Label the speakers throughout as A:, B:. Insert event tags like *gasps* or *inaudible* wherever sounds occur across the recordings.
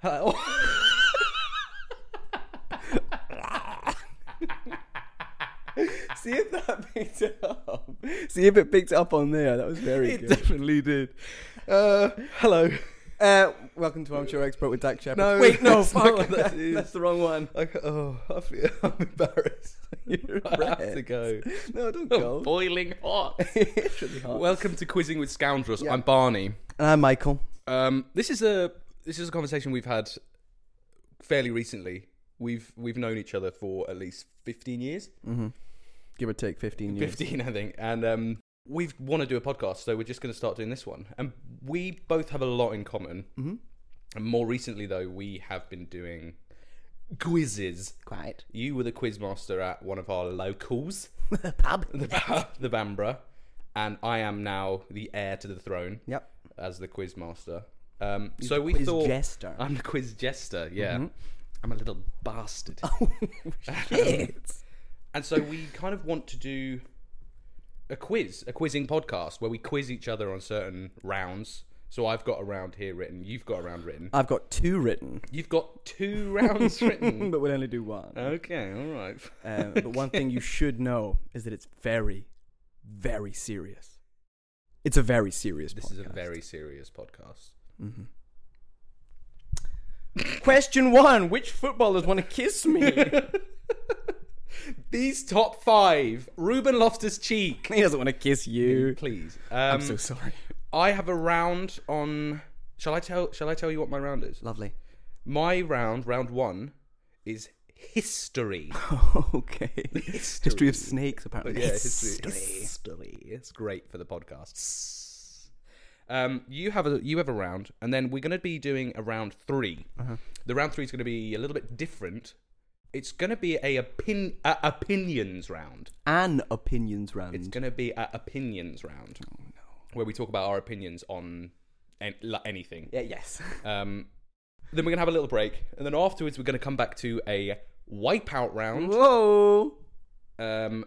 A: Hello. See if that picked it up. See if it picked it up on there. That was very
B: It
A: good.
B: definitely did. Uh, hello.
A: Uh, welcome to Armchair Expert with Dak Shepard.
B: No,
A: *laughs* wait, no,
B: that's
A: fuck,
B: not what
A: that-
B: that is.
A: that's the wrong one.
B: I, ca- oh, I feel, *laughs* I'm embarrassed.
A: *laughs*
B: *laughs*
A: You're
B: I have
A: right.
B: to go.
A: No, don't
B: Oh,
A: go.
B: boiling *laughs* hot.
A: *laughs* it's really hard.
B: Welcome to Quizzing with Scoundrels.
A: Yeah.
B: I'm Barney.
A: and I'm Michael.
B: Um, this is a this is a conversation we've had fairly recently. We've we've known each other for at least fifteen years,
A: Give or take 15 years.
B: fifteen I think, and um, we want to do a podcast, so we're just going to start doing this one. And we both have a lot in common. Mm-hmm. And more recently, though, we have been doing quizzes.
A: Quite.
B: You were the quiz master at one of our locals,
A: Pub.
B: *laughs* the Ba- *laughs* the Bambra, and I am now the heir to the throne
A: Yep.
B: as the quiz master. Um, so we
A: quiz
B: thought
A: jester. Mm-hmm.
B: I'm the quiz jester. Yeah, I'm a little bastard.
A: Oh, *laughs* Kids.
B: *laughs* and so we kind of want to do a quiz, a quizzing podcast where we quiz each other on certain rounds. So I've got a round here written. You've got a round written.
A: I've got two written,
B: You've got two *laughs* rounds
A: *laughs*
B: written.
A: but we'll only do
B: Uh,
A: one.
B: Okay, all right.
A: Um, but one
B: *laughs*
A: thing you should know is that it's very, very serious. It's a very serious
B: This
A: podcast.
B: is a very serious podcast.
A: Question one Which footballers want to kiss
B: *laughs*
A: me? *laughs*
B: These top five: Ruben Loftus Cheek.
A: he doesn't want to kiss you.
B: Please. Um,
A: I'm so sorry.
B: I have a round on. Shall I tell? Shall I tell you what my round is?
A: Lovely.
B: My round, round one, is history.
A: *laughs* okay. History. of snakes, apparently.
B: *laughs* Yeah, history. History. It's great for the podcast. Um, you have a you have a round, and then we're going to be doing a round 3 The round three is going to be a little bit different. It's going to be a, opin- a opinions round.
A: An opinions
B: It's
A: round.
B: going to be a opinions round,
A: Oh,
B: where we talk about our opinions on an- like anything.
A: Yeah, yes.
B: Um, then we're gonna have a little break, and then afterwards we're gonna come back to a wipeout round.
A: *laughs* Whoa.
B: Um,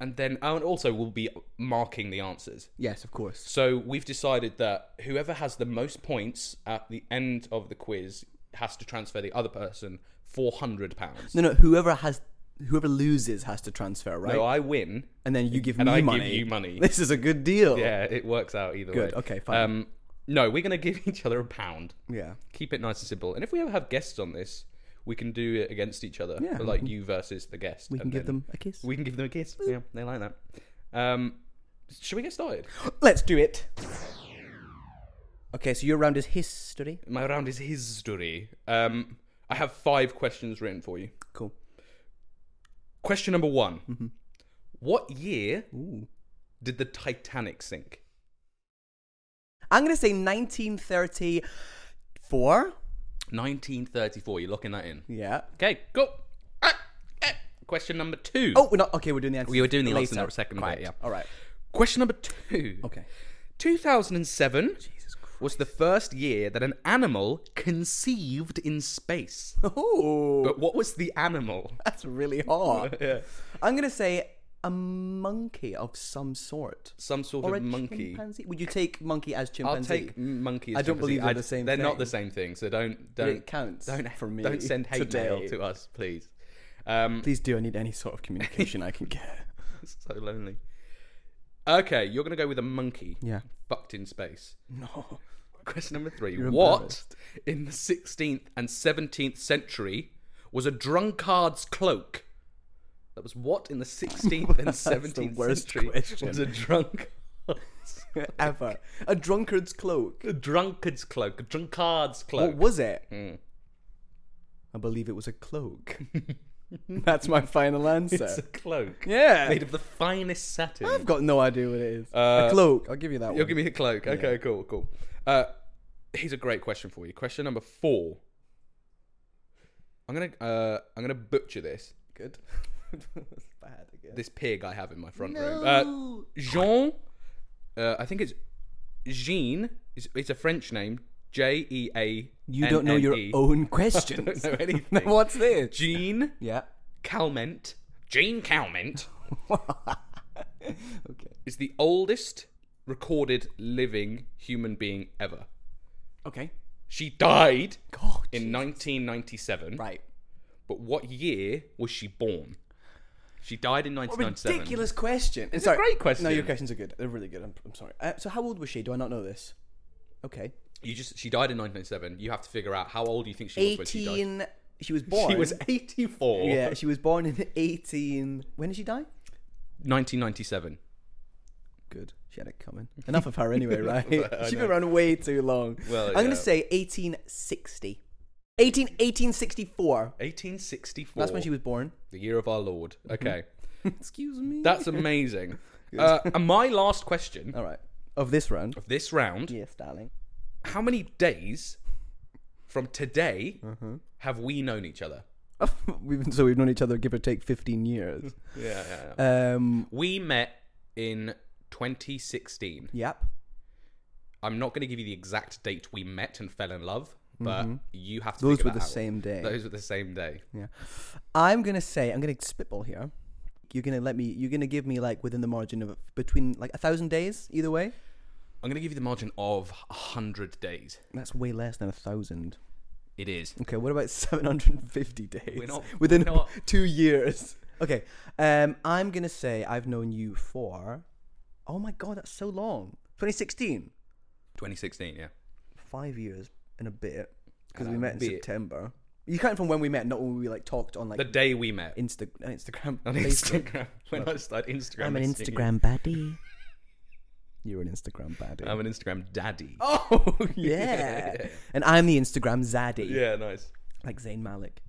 B: and then oh, and also we'll be marking the answers.
A: Yes, of course.
B: So we've decided that whoever has the most points at the end of the quiz has to transfer the other person four hundred pounds.
A: No, no. Whoever has, whoever loses has to transfer, right?
B: So I win.
A: and then you give
B: And
A: me
B: I give
A: money.
B: you
A: *laughs*
B: money.
A: This is a good deal.
B: Yeah, it works out either way.
A: Good, okay, fine.
B: Um, no, we're gonna give *laughs* each other a pound.
A: Yeah.
B: keep it nice and simple. And if we ever have guests on this, we can do it against each other.
A: Yeah.
B: Like you versus the guest.
A: We can give them a kiss.
B: We can give them a kiss. Yeah, they like that. Um, should we get started?
A: *gasps* Let's do it. Okay, so your round is history.
B: My round is history. Um, I have five questions written for you.
A: Cool.
B: Question number one:
A: Mm-hmm.
B: What year did the Titanic sink?
A: I'm gonna say 1934.
B: 1934. You're locking that in.
A: Yeah.
B: Okay, cool. Ah, eh. Question number two.
A: Oh, we're not. Okay, we're doing the answer.
B: We were doing the answers in a second bit,
A: Right.
B: yeah.
A: All right.
B: Question number two.
A: Okay.
B: 2007 was the first year that an animal conceived in space. *laughs*
A: Oh,
B: But what was the animal?
A: that's really
B: *laughs*
A: hard. I'm gonna say a monkey of some sort.
B: Some sort
A: Or a
B: of monkey.
A: chimpanzee? Would you take monkey as
B: I'll
A: chimpanzee?
B: take monkey. As
A: I don't
B: chimpanzee.
A: believe they're
B: I-
A: the same
B: They're not
A: thing.
B: the same thing. So don't don't
A: it counts
B: don't
A: for me
B: Don't send hate
A: today. *laughs*
B: mail to us, please. Um,
A: Please do. I need any sort of communication I can
B: *laughs*
A: get.
B: so lonely. Okay, you're gonna go with a monkey.
A: Yeah.
B: Fucked in space.
A: No.
B: Question number 3
A: You're
B: what
A: embarrassed.
B: in the 16th and 17th century was a drunkard's cloak? That was what in
A: *laughs*
B: the 16th and
A: That's the
B: 17th
A: worst
B: century
A: question.
B: was a drunk
A: Ever. A drunkard's cloak.
B: a drunkard's cloak, a drunkard's
A: What
B: cloak. Hmm.
A: was it? I believe it was a
B: *laughs*
A: cloak. That's my final answer.
B: It's a cloak
A: yeah.
B: made of the finest satin.
A: I've got no idea what it is.
B: Uh,
A: a cloak. I'll give you that
B: You'll
A: one.
B: give me the cloak. Okay, cool, cool. Uh, here's a great question for you. Question number 4. I'm going to uh, I'm going to butcher this.
A: Good. *laughs* bad again.
B: this pig I have in my front room. Uh,
A: No.
B: Jean, uh, I think it's Jean. It's, it's a French name. J E A.
A: you don't know
B: *laughs*
A: your own questions. *laughs*
B: know anything.
A: What's this?
B: Jean
A: yeah. *laughs*
B: Calment. Jean Calment
A: okay.
B: is the oldest recorded living human being ever.
A: Okay.
B: She died
A: God.
B: in 1997.
A: right.
B: But what year was she born? She died in
A: What
B: 1997.
A: ridiculous question. It's
B: a great question.
A: No, your questions are good. They're really good. I'm, I'm sorry. Uh, so, how old was she? Do I not know this? Okay.
B: You just she died in 1997. You have to figure out how old you think she was when she died.
A: 18. She was born.
B: She was 84.
A: Yeah, she was born in 18. When did she die?
B: 1997.
A: Good. She had it
B: *laughs*
A: coming. Enough of her anyway, right?
B: I
A: She's been
B: know.
A: around way too long.
B: Well,
A: I'm going
B: yeah.
A: to say 1860. 18, 1864.
B: 1864.
A: That's when she was born. *laughs*
B: The year of our Lord. Okay,
A: Excuse me.
B: that's amazing. uh, and my last question
A: All right. Of this round.
B: of this round:
A: Yes, darling.
B: How many days from today have we known each other?
A: *laughs* we've, so we've known each other give or take 15
B: *laughs*
A: years.
B: Yeah, yeah, yeah.
A: Um,
B: Uh, we met in 2016.
A: yep.
B: I'm not going to give you the exact date we met and fell in love, but you have to.
A: Those
B: figure
A: were
B: that
A: the
B: out.
A: same day.
B: Those were the same day.
A: Yeah. I'm gonna say I'm gonna spitball here. You're gonna let me. You're gonna give me like within the margin of between like a thousand days either way.
B: I'm going to give you the margin of 100 days.
A: That's way less than a thousand.
B: It is.
A: Okay. What about *laughs* 750 days?
B: We're not-
A: within
B: we're not-
A: *laughs* two years. Okay. Um, I'm gonna say I've known you for. Oh my god, that's so long. 2016.
B: 2016, yeah.
A: Five years and a bit because
B: And
A: we
B: a
A: met in
B: bit.
A: September. You count from when we met, not when we like talked on like
B: The day we met.
A: Insta- Instagram.
B: *laughs* on
A: Facebook.
B: Instagram. When I started Instagram.
A: I'm an
B: messaging you.
A: Instagram baddie. You're an Instagram baddie.
B: I'm an Instagram daddy.
A: *laughs* oh yeah. and I'm the Instagram zaddy,
B: Yeah, nice.
A: like Zayn Malik.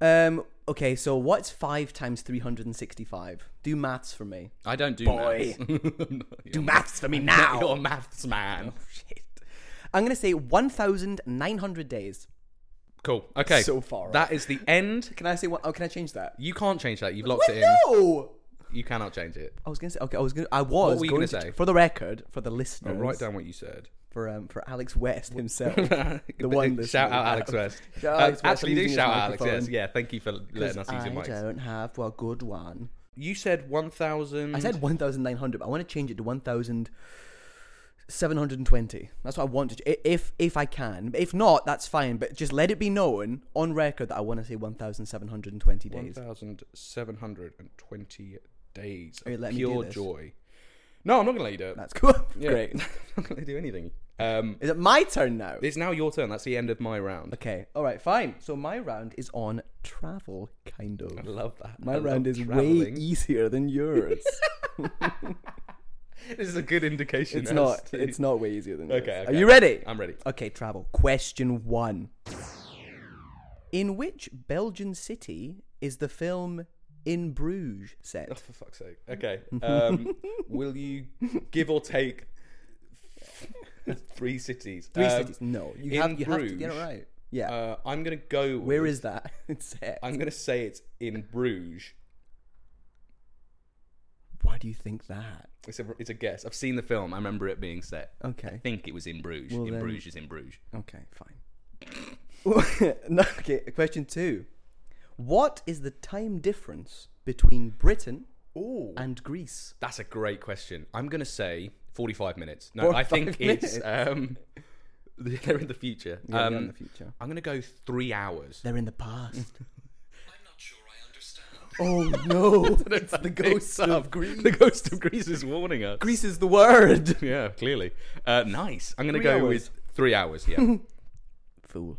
A: Um. Okay, so what's five times three hundred and sixty-five? Do maths for me.
B: I don't do
A: Boy.
B: maths. *laughs*
A: Do maths *laughs* for me
B: Now
A: now.
B: you're a maths man.
A: Shit. I'm gonna say one thousand nine hundred days.
B: Cool. Okay.
A: So far off.
B: That is the end.
A: Can I say one? Oh, can I change that?
B: You can't change that. You've locked
A: What?
B: it in.
A: No.
B: You cannot change it.
A: I was gonna say. Okay, I was gonna. I was
B: were you
A: going
B: gonna
A: to
B: say? Oh,
A: for the record for the listeners.
B: Write down what
A: *laughs*
B: you said.
A: for um, for Alex West
B: *laughs*
A: himself.
B: the
A: one that's
B: Shout
A: really
B: out
A: bad.
B: Alex West. Uh,
A: Shout out Alex West for
B: Actually, do
A: using his
B: shout out Alex. Yes.
A: microphone.
B: Yeah. Thank you for letting us use
A: I
B: your mics.
A: don't have a good one.
B: You said one thousand.
A: I said 1,900, but I want to change it to 1,720. That's what I want to ch- i- if if I can. If not, that's fine. But just let it be known on record that I want to say 1,720 days.
B: 1,720 days of
A: Are you letting me do
B: pure
A: this?
B: joy. No, I'm not going to let you do it.
A: That's cool. *laughs*
B: Yeah.
A: Great.
B: I'm not going to do anything. Um,
A: Is it my turn now?
B: it's now your turn. That's the end of my round.
A: Okay. All right. Fine. So my round is on travel, kind
B: I
A: of.
B: love that. I
A: My
B: love
A: round is way e-
B: travelling.
A: easier than
B: *laughs*
A: yours.
B: This is a good indication.
A: it's
B: as
A: not.
B: to-
A: It's not way easier than yours.
B: Okay,
A: Are
B: okay.
A: you ready?
B: I'm ready.
A: Okay, travel. Question one. In which Belgian city is the film In Bruges
B: Oh, *laughs*
A: set?
B: for fuck's sake. Okay.
A: *laughs*
B: Um, will you give or take three cities?
A: Three
B: Um,
A: cities. No, you
B: in
A: have you have to get it
B: Bruges.
A: right. Yeah.
B: Uh, I'm going to go.
A: Where is that? *laughs* It's set.
B: I'm going to say it's in Bruges.
A: Why do you think that?
B: It's a, it's a guess. I've seen the film. I remember it being set. I
A: Okay.
B: think it was in Bruges.
A: Well,
B: in
A: then-
B: Bruges is in Bruges.
A: Okay. Fine. *laughs* no, okay. Question two. What is the time difference between Britain
B: Oh,
A: and Greece?
B: that's a great question. I'm gonna say 45 minutes. No, I think
A: 45 minutes.
B: it's um, *laughs* they're in the future.
A: Yeah,
B: um,
A: yeah, in the future.
B: I'm gonna go three hours.
A: They're in the past.
C: I'm not sure I understand.
A: *laughs* oh no! it's the ghost of Greece.
B: *laughs* The ghost of Greece is warning us. *laughs*
A: Greece is the word.
B: Yeah, clearly. Uh, nice. I'm gonna
A: Three
B: go
A: hours.
B: with three
A: *laughs*
B: hours. Yeah.
A: *laughs* Fool.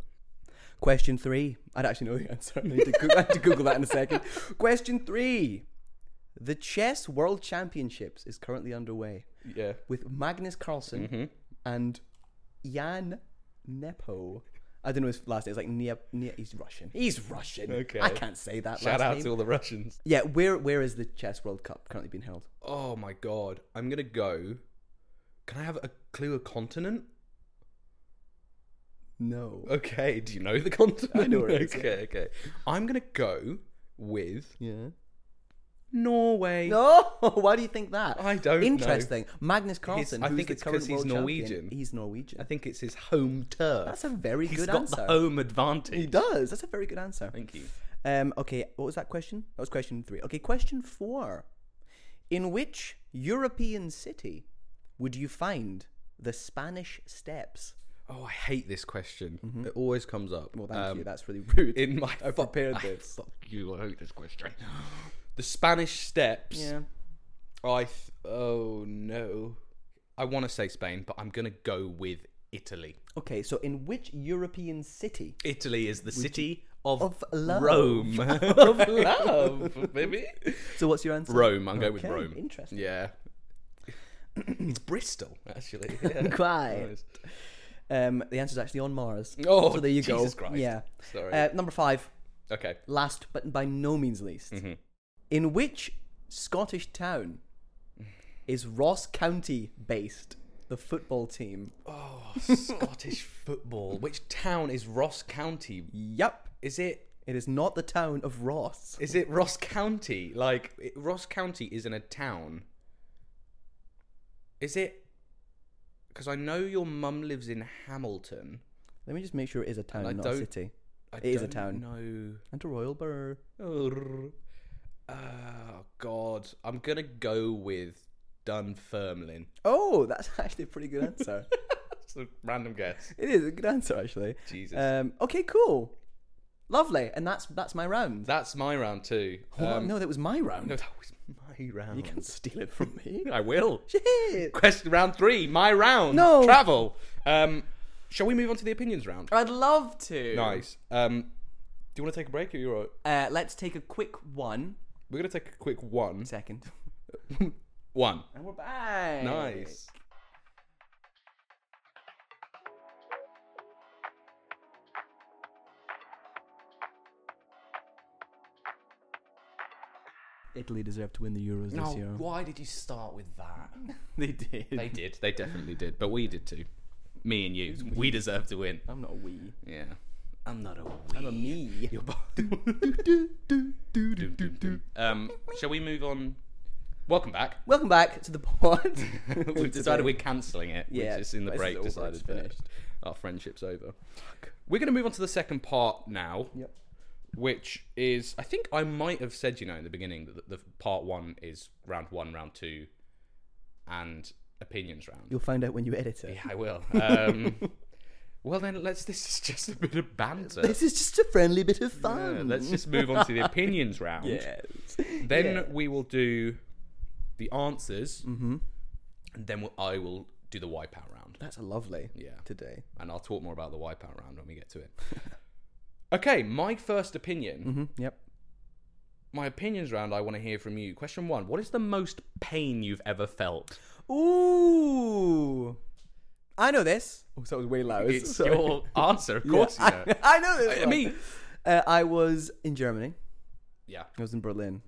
A: Question three. I'd actually know the answer. I need to, Goo- *laughs* I have to Google that in a second. Question three. The Chess World Championships is currently underway
B: yeah.
A: with Magnus Carlsen and Jan Nepo. I don't know his last name. It's like Nia, Nia, he's Russian. He's Russian.
B: Okay.
A: I can't say that
B: Shout
A: last
B: out
A: name.
B: to all the Russians.
A: yeah, where where is the Chess World Cup currently being held?
B: Oh my god. I'm gonna go. Can I have a clue of continent?
A: No.
B: Okay. Do you know the *laughs* continent?
A: I know where it is,
B: okay. Okay. I'm gonna go with
A: Yeah.
B: Norway.
A: No, *laughs* why do you think that?
B: I don't know.
A: Interesting. Magnus Carlsen.
B: I
A: who's
B: think
A: the
B: it's 'cause
A: current
B: he's
A: world champion,
B: Norwegian.
A: He's Norwegian.
B: I think it's his home turf.
A: That's a very
B: He's
A: good
B: got
A: answer.
B: the home advantage.
A: He does. That's a very good answer.
B: Thank you.
A: Um, okay, what was that question? That was question three. Okay, question four. In which European city would you find the Spanish Steps?
B: Oh, I hate this question. It always comes up.
A: Mm-hmm. Well, thank
B: Um, Ah,
A: you. That's really *laughs* rude.
B: In my
A: I prepared
B: I-
A: this.
B: fuck you. I hate this question. *gasps* The Spanish Steps.
A: Yeah.
B: I th- oh no. I want to say Spain, but I'm gonna go with Italy.
A: Okay, so in which European city?
B: Italy is the city of,
A: Of love. *laughs*
B: Rome. *laughs* of love, baby.
A: So what's your answer?
B: Rome. I'm going with
A: Okay,
B: Rome.
A: interesting.
B: Yeah. it's Bristol, actually. *laughs*
A: Uh,
B: Yeah.
A: Quite. Um, the answer's actually on Mars.
B: Oh,
A: so there you
B: Jesus
A: go.
B: Christ.
A: Yeah.
B: Sorry.
A: Uh, number five,
B: okay.
A: last but by no means least,
B: Mm-hmm.
A: in which Scottish town is Ross County based? The football team.
B: Oh, Scottish *laughs* football. Which town is Ross County?
A: Yep,
B: Is it
A: it is not the town of Ross.
B: is it Ross County? Like it, Ross County isn't a town. Is it? Because I know your mum lives in Hamilton.
A: Let me just make sure it is a town,
B: I
A: not a
B: don't-
A: city.
B: I
A: It is a
B: don't
A: town.
B: know.
A: And to Royal Burr.
B: Urgh. Oh God, I'm gonna go with Dunfermline.
A: Oh, that's *laughs* actually a pretty good answer.
B: It's a random guess.
A: it is a good answer actually.
B: Jesus.
A: Um, okay, cool, lovely, and that's that's my round.
B: That's my round too.
A: Hold on,
B: Um,
A: no, that was my round.
B: no, *laughs* that was my round.
A: You can steal it from
B: *laughs*
A: me.
B: I will.
A: Shit.
B: Question round three. My round.
A: No.
B: travel. Um, shall we move on to the opinions round?
A: I'd love to.
B: Nice. Um, do you want to take a break or you're all right?
A: Uh, let's take a quick one
B: We're going to take a quick one.
A: second.
B: One.
A: And we're back.
B: Nice.
A: Italy deserved to win the Euros this year.
B: why did you start with that?
A: *laughs* They did.
B: They did. They definitely did. But we did too. Me and you. We deserve to win.
A: I'm not a wee.
B: Yeah. I'm not a wee.
A: I'm a me. *laughs*
B: You're bo- um, shall we move on? Welcome back.
A: Welcome back to the pod.
B: *laughs* We've decided we're cancelling it.
A: Yeah,
B: we're just in the
A: this is
B: break
A: over,
B: decided
A: it's
B: that
A: finished.
B: our friendship's over. We're going to move on to the second part now,
A: Yep.
B: which is I think I might have said you know in the beginning that the, the part one is round one, round two, and opinions round.
A: You'll find out when you edit it.
B: yeah, I will. Um, *laughs* well then, let's. This is just a bit of banter.
A: This is just a friendly bit of
B: Yeah,
A: fun.
B: let's just move on
A: *laughs*
B: to the opinions round.
A: Yes.
B: Then
A: Yeah. Mm-hmm.
B: we will do the answers, and then we'll, I will do the wipeout round.
A: That's lovely.
B: Yeah.
A: Today.
B: and I'll talk more about the wipeout round when we get to it. *laughs* okay, my first opinion.
A: Mm-hmm. Yep.
B: My opinions round, I want to hear from you. Question one What is the most pain you've ever felt?
A: Ooh. I know this. Oh, so that was way loud. *laughs*
B: It's
A: Sorry.
B: your answer, of
A: Yeah,
B: course
A: *laughs*
B: you know.
A: I, I know this.
B: I
A: one.
B: mean,
A: uh, I was in Germany.
B: yeah.
A: I was in Berlin.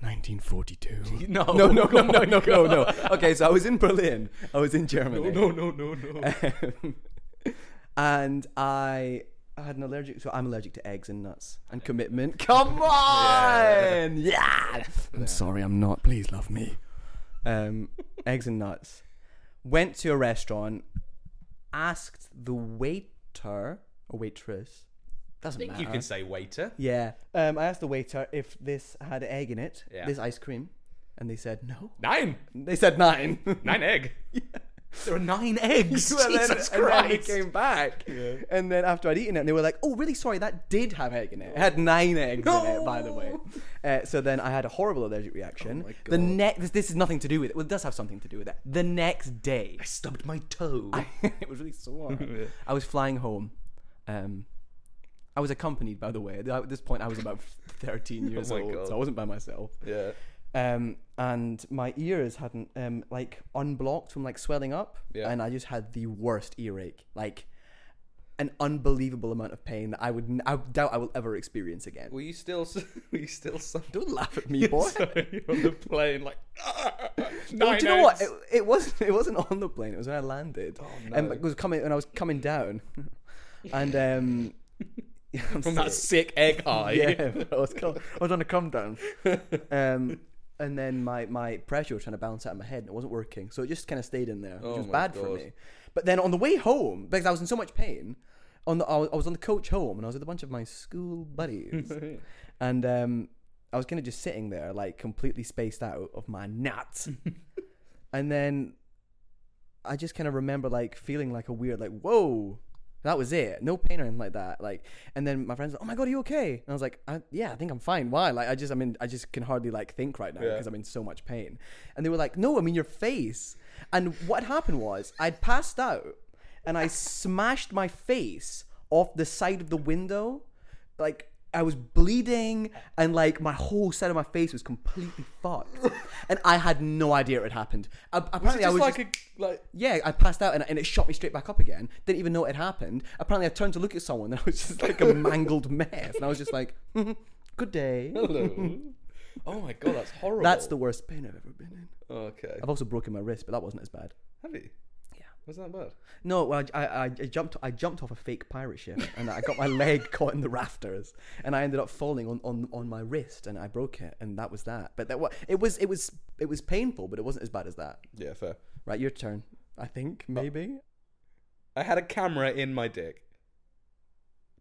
A: 1942.
B: *laughs* No,
A: No, no, no, no, no, no, no.
B: *laughs*
A: Okay, so I was in Berlin. I was in Germany.
B: no, no, no, no.
A: Um, *laughs* and I had an allergic. So I'm allergic to eggs and nuts and commitment. Come on, *laughs* yeah. I'm sorry, I'm not. Please love me. Um, eggs and nuts. Went to a restaurant. Asked the waiter or waitress. Doesn't matter.
B: You can say waiter.
A: Yeah. Um, I asked the waiter if this had egg in it.
B: Yeah.
A: This ice cream, and they said *laughs* no.
B: Nine.
A: They said nine. *laughs*
B: Nine egg. There are nine eggs.
A: Well, then-
B: Jesus
A: and then
B: Christ.
A: they came back. And then after I'd eaten it, and they were like, oh, really sorry, that did have egg in it. It had nine eggs in it, by the way. Uh, so then I had a horrible allergic reaction.
B: Oh my
A: The
B: God.
A: next, this, this is nothing to do with it. Well, it does have something to do with it. The next day,
B: I stubbed my toe.
A: *laughs* it was really
B: *laughs*
A: sore. I was flying home. Um, I was accompanied, by the way. At this point, I was about *laughs*
B: *laughs*
A: 13 years
B: Oh my
A: old,
B: God.
A: so I wasn't by myself
B: yeah.
A: um, and my ears hadn't um, like unblocked from like swelling up,
B: Yeah.
A: and I just had the worst earache, like an unbelievable amount of pain that I would n- I doubt I will ever experience again.
B: Were you still? s- *laughs* Were you still? Some-
A: Don't laugh at
B: *laughs*
A: me, *laughs* boy.
B: Sorry, on the plane, like "Ah,
A: No,
B: nine
A: do you know what?
B: eggs."
A: It, it wasn't. It wasn't on the plane. It was when I landed,
B: Oh,
A: and
B: no.
A: it was coming when I was coming
B: *laughs*
A: down, and um, I'm *laughs*
B: From
A: sorry.
B: that sick egg high.
A: yeah,
B: *laughs*
A: I was, com- I was on a come down. Um, *laughs* and then my, my pressure was trying to bounce out of my head and it wasn't working. So it just kind of stayed in there, which
B: Oh
A: was
B: my
A: bad for
B: God.
A: me. But then on the way home, because I was in so much pain, on the, I, was, I was on the coach home and I was with a bunch of my school
B: *laughs*
A: buddies. and um, I was kind of just sitting there,
B: *laughs*
A: like completely spaced out of my nuts. and then I just kind of remember like feeling like a weird like whoa. That was it. No pain or anything like that. Like, and then my friends, like, oh my god, are you okay? And I was like, I, yeah, I think I'm fine. Why? Like, I just, I mean, I just can hardly like think right now because I'm in so much pain. And they were like, no, I mean your face. And what happened was, I'd passed out, and I smashed my face off the side of the window, like I was bleeding and like my whole side of my face was completely fucked, and I had no idea it had happened. A- apparently, I
B: It's just
A: was
B: like
A: just-
B: a like.
A: yeah, I passed out and, and it shot me straight back up again. Didn't even know it had happened. Apparently, I turned to look at someone and I was just like a mangled mess, and I was just like, "Mm-hmm. "Good
B: *laughs*
A: day."
B: Hello. oh my god, that's horrible.
A: That's the worst pain I've ever been in.
B: Okay.
A: I've also broken my wrist, but that wasn't as bad.
B: Have you? Yeah. Was that bad?
A: No, well, I, I, I jumped I jumped off a fake pirate ship and I got my leg caught in the rafters and I ended up falling on, on, on my wrist and I broke it and that was that. But that wa- it was it was it was painful, but it wasn't as bad as that.
B: Yeah, fair.
A: Right, your turn. I think maybe.
B: I had a camera in my dick.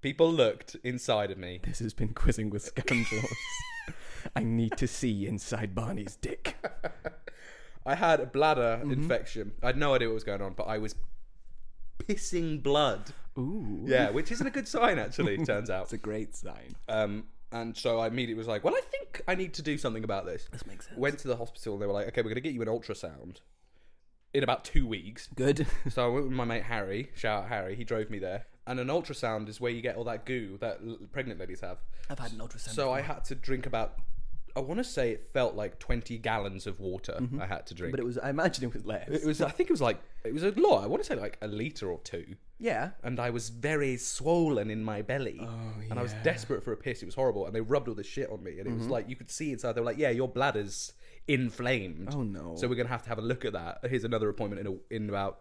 B: People looked inside of me.
A: This has been quizzing with *laughs* scoundrels. I need to see inside Barney's dick.
B: I had a bladder infection. I had no idea what was going on, but I was pissing blood.
A: Ooh,
B: Yeah, which isn't a good sign, actually, it turns out.
A: that's a great sign.
B: Um, and so I immediately was like, well, I think I need to do something about this. This
A: makes sense.
B: Went to the hospital and they were like, okay, we're going to get you an ultrasound in about two weeks.
A: Good.
B: So I went with my mate Harry. Shout out Harry. He drove me there. And an ultrasound is where you get all that goo that l- pregnant ladies have.
A: I've had an ultrasound.
B: So I had to drink about, I want to say it felt like 20 gallons of water I had to drink.
A: but it was I imagine it was less.
B: It was, I think it was like, it was a lot. I want to say like a litre or two.
A: yeah.
B: And I was very swollen in my belly.
A: Oh,
B: And I was desperate for a piss. It was horrible. And they rubbed all this shit on me. And it
A: Mm-hmm.
B: was like, you could see inside. They were like, yeah, your bladder's inflamed.
A: Oh, no.
B: So we're going to have to have a look at that. Here's another appointment in, a, in about.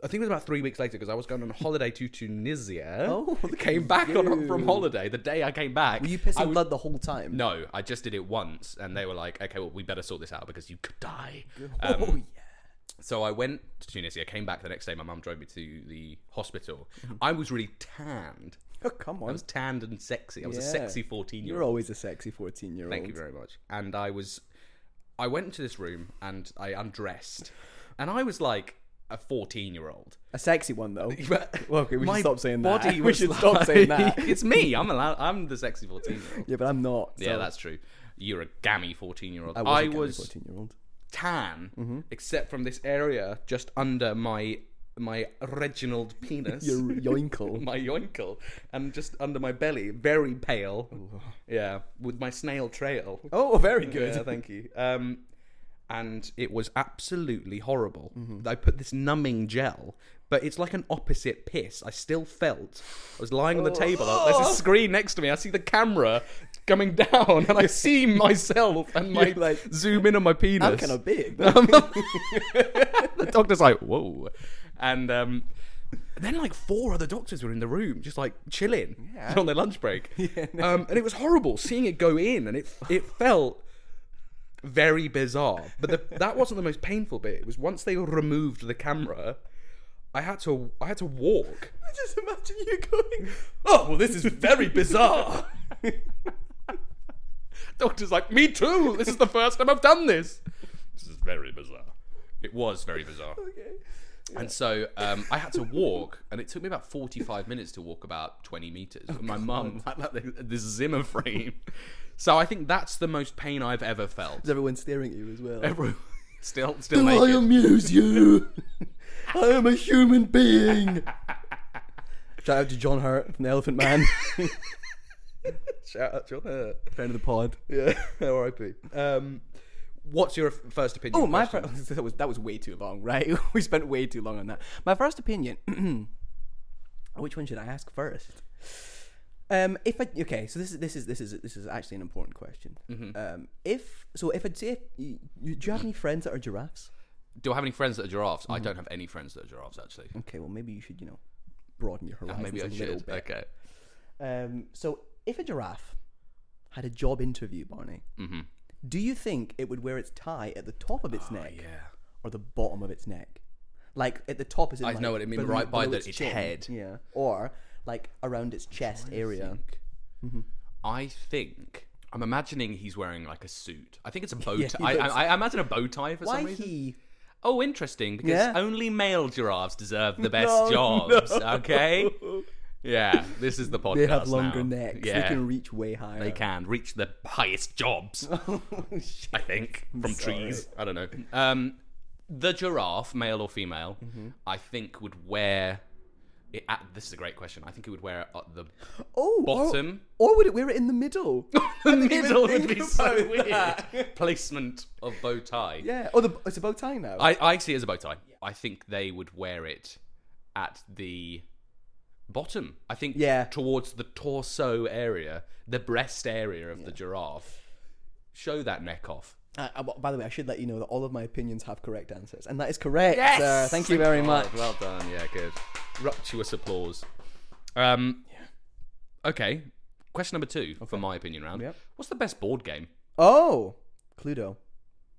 B: I think it was about three weeks later because I was
A: *laughs*
B: going on holiday to Tunisia.
A: Oh, look at
B: came back on,
A: you.
B: from holiday. The day I came back,
A: Were you pissing
B: I was-
A: blood the whole time?
B: No, I just did it once, and they were like, "Okay, well, we better sort this out because you could die."
A: oh yeah.
B: So I went to Tunisia, came back the next day. My mum drove me to the hospital.
A: Mm-hmm.
B: I was really tanned.
A: Oh, come
B: I
A: on.
B: was tanned and sexy. I was a
A: Yeah.
B: sexy 14 year
A: You're
B: old.
A: always a sexy 14 year old.
B: Thank you very much. And I was, I went into this room and I undressed, and I was like a 14 year old.
A: A sexy one, though.
B: But
A: *laughs* Well, okay, we should
B: my
A: stop saying that.
B: body
A: *laughs* We
B: was
A: should stop saying
B: like-
A: that.
B: *laughs* it's me. I'm allowed. I'm the sexy 14 year old.
A: Yeah, but I'm not. *laughs*
B: Yeah,
A: so
B: that's true. You're a gammy 14 year old.
A: I was.
B: I
A: a gammy
B: was
A: 14 year old.
B: tan,
A: Mm-hmm.
B: except from this area just under my my Reginald
A: *laughs*
B: penis,
A: Your yoinkle.
B: *laughs* my yoinkle, and just under my belly, very pale. Yeah, with my snail trail.
A: Oh, very good.
B: Yeah, thank you. Um, and it was absolutely horrible.
A: Mm-hmm.
B: I put this numbing gel, but it's like an opposite piss. I still felt. I was lying on the table.
A: Oh.
B: There's a screen next to me. I see the camera coming *laughs* down, and I see
A: *laughs*
B: myself and my
A: You're like,
B: zoom in on my penis.
A: I'm kind of big.
B: *laughs* the doctor's like, "Whoa," and um, then like four other doctors were in the room, just like chilling on their lunch break, um, and it was horrible seeing it go in, and it it felt very bizarre. But the, that wasn't the most painful bit. It was once they removed the camera, I had to I had to walk.
A: I *laughs* just imagine you going, *laughs* oh, well, this is very bizarre.
B: *laughs* Doctor's like, "Me too. This is the first time I've done this. This is very bizarre." It was very bizarre.
A: okay.
B: And so um, I had to walk, and it took me about 45 minutes to walk about 20 meters.
A: Oh,
B: And my mum had like this- this Zimmer frame. So I think that's the most pain I've ever felt.
A: Is everyone staring at you as well?
B: Everyone- *laughs* still, still
A: I
B: naked.
A: amuse *laughs* you? I am a human being. *laughs* Shout out to John Hurt from The Elephant Man,
B: Shout out John
A: *laughs*
B: Hurt.
A: friend of the pod. *laughs*
B: Yeah, R.I.P. Um, what's your f- first opinion?
A: Oh, my
B: question?
A: first, *laughs* that was that was way too long, right? *laughs* we spent way too long on that. My first opinion. *clears throat* which one should I ask first? Um, if I okay, so this is this is this is this is actually an important question. Um, if so, if I'd say, if you, you, do you have any friends that are giraffes?
B: Do I have any friends that are giraffes?
A: Mm-hmm.
B: I don't have any friends that are giraffes, actually.
A: Okay, well maybe you should you know broaden your horizons
B: Maybe
A: a
B: I
A: little
B: should.
A: bit.
B: Okay.
A: Um, so if a giraffe had a job interview, Barney,
B: Mm-hmm.
A: do you think it would wear its tie at the top of its neck
B: Ah, yeah.
A: or the bottom of its neck? Like at the top is.
B: I know what I mean, right by the- its head.
A: Yeah, or like around its chest area. Mm-hmm.
B: I think I'm imagining he's wearing like a suit. I think it's a bow
A: *laughs* Yeah,
B: tie.
A: he
B: I,
A: looks-
B: I, I imagine a bow tie for
A: Why
B: some reason.
A: he?
B: oh, interesting, because
A: Yeah.
B: only male giraffes deserve
A: *laughs*
B: the best
A: No,
B: jobs,
A: no.
B: okay? Yeah, this is the
A: *laughs*
B: podcast.
A: They have longer
B: now.
A: necks.
B: Yeah.
A: They can reach way higher. *laughs* Oh,
B: They can reach the highest jobs, I think,
A: *laughs*
B: from trees. I don't know. Um, the giraffe, male or female,
A: Mm-hmm.
B: I think would wear. It at, this is a great question. I think it would wear it at the
A: Oh, or-
B: bottom.
A: Or, would it wear it in the middle?
B: *laughs* The
A: didn't even *laughs*
B: middle would
A: think
B: be so
A: about
B: weird.
A: that. *laughs*
B: Placement of bow tie.
A: yeah. Oh, the, it's a bow tie now.
B: I, I see it as a bow tie. I think they would wear it at the bottom. I think
A: Yeah.
B: towards the torso area, the breast area of the giraffe. Show that neck off.
A: Uh, uh, by the way, I should let you know that all of my opinions have correct answers, and that is correct.
B: Yes!
A: sir. Thank you very much.
B: Well done. Yeah, good. Ruptuous applause. Um, Okay. Question number two for my opinion round.
A: Yep.
B: What's the best board game?
A: Oh, Cluedo.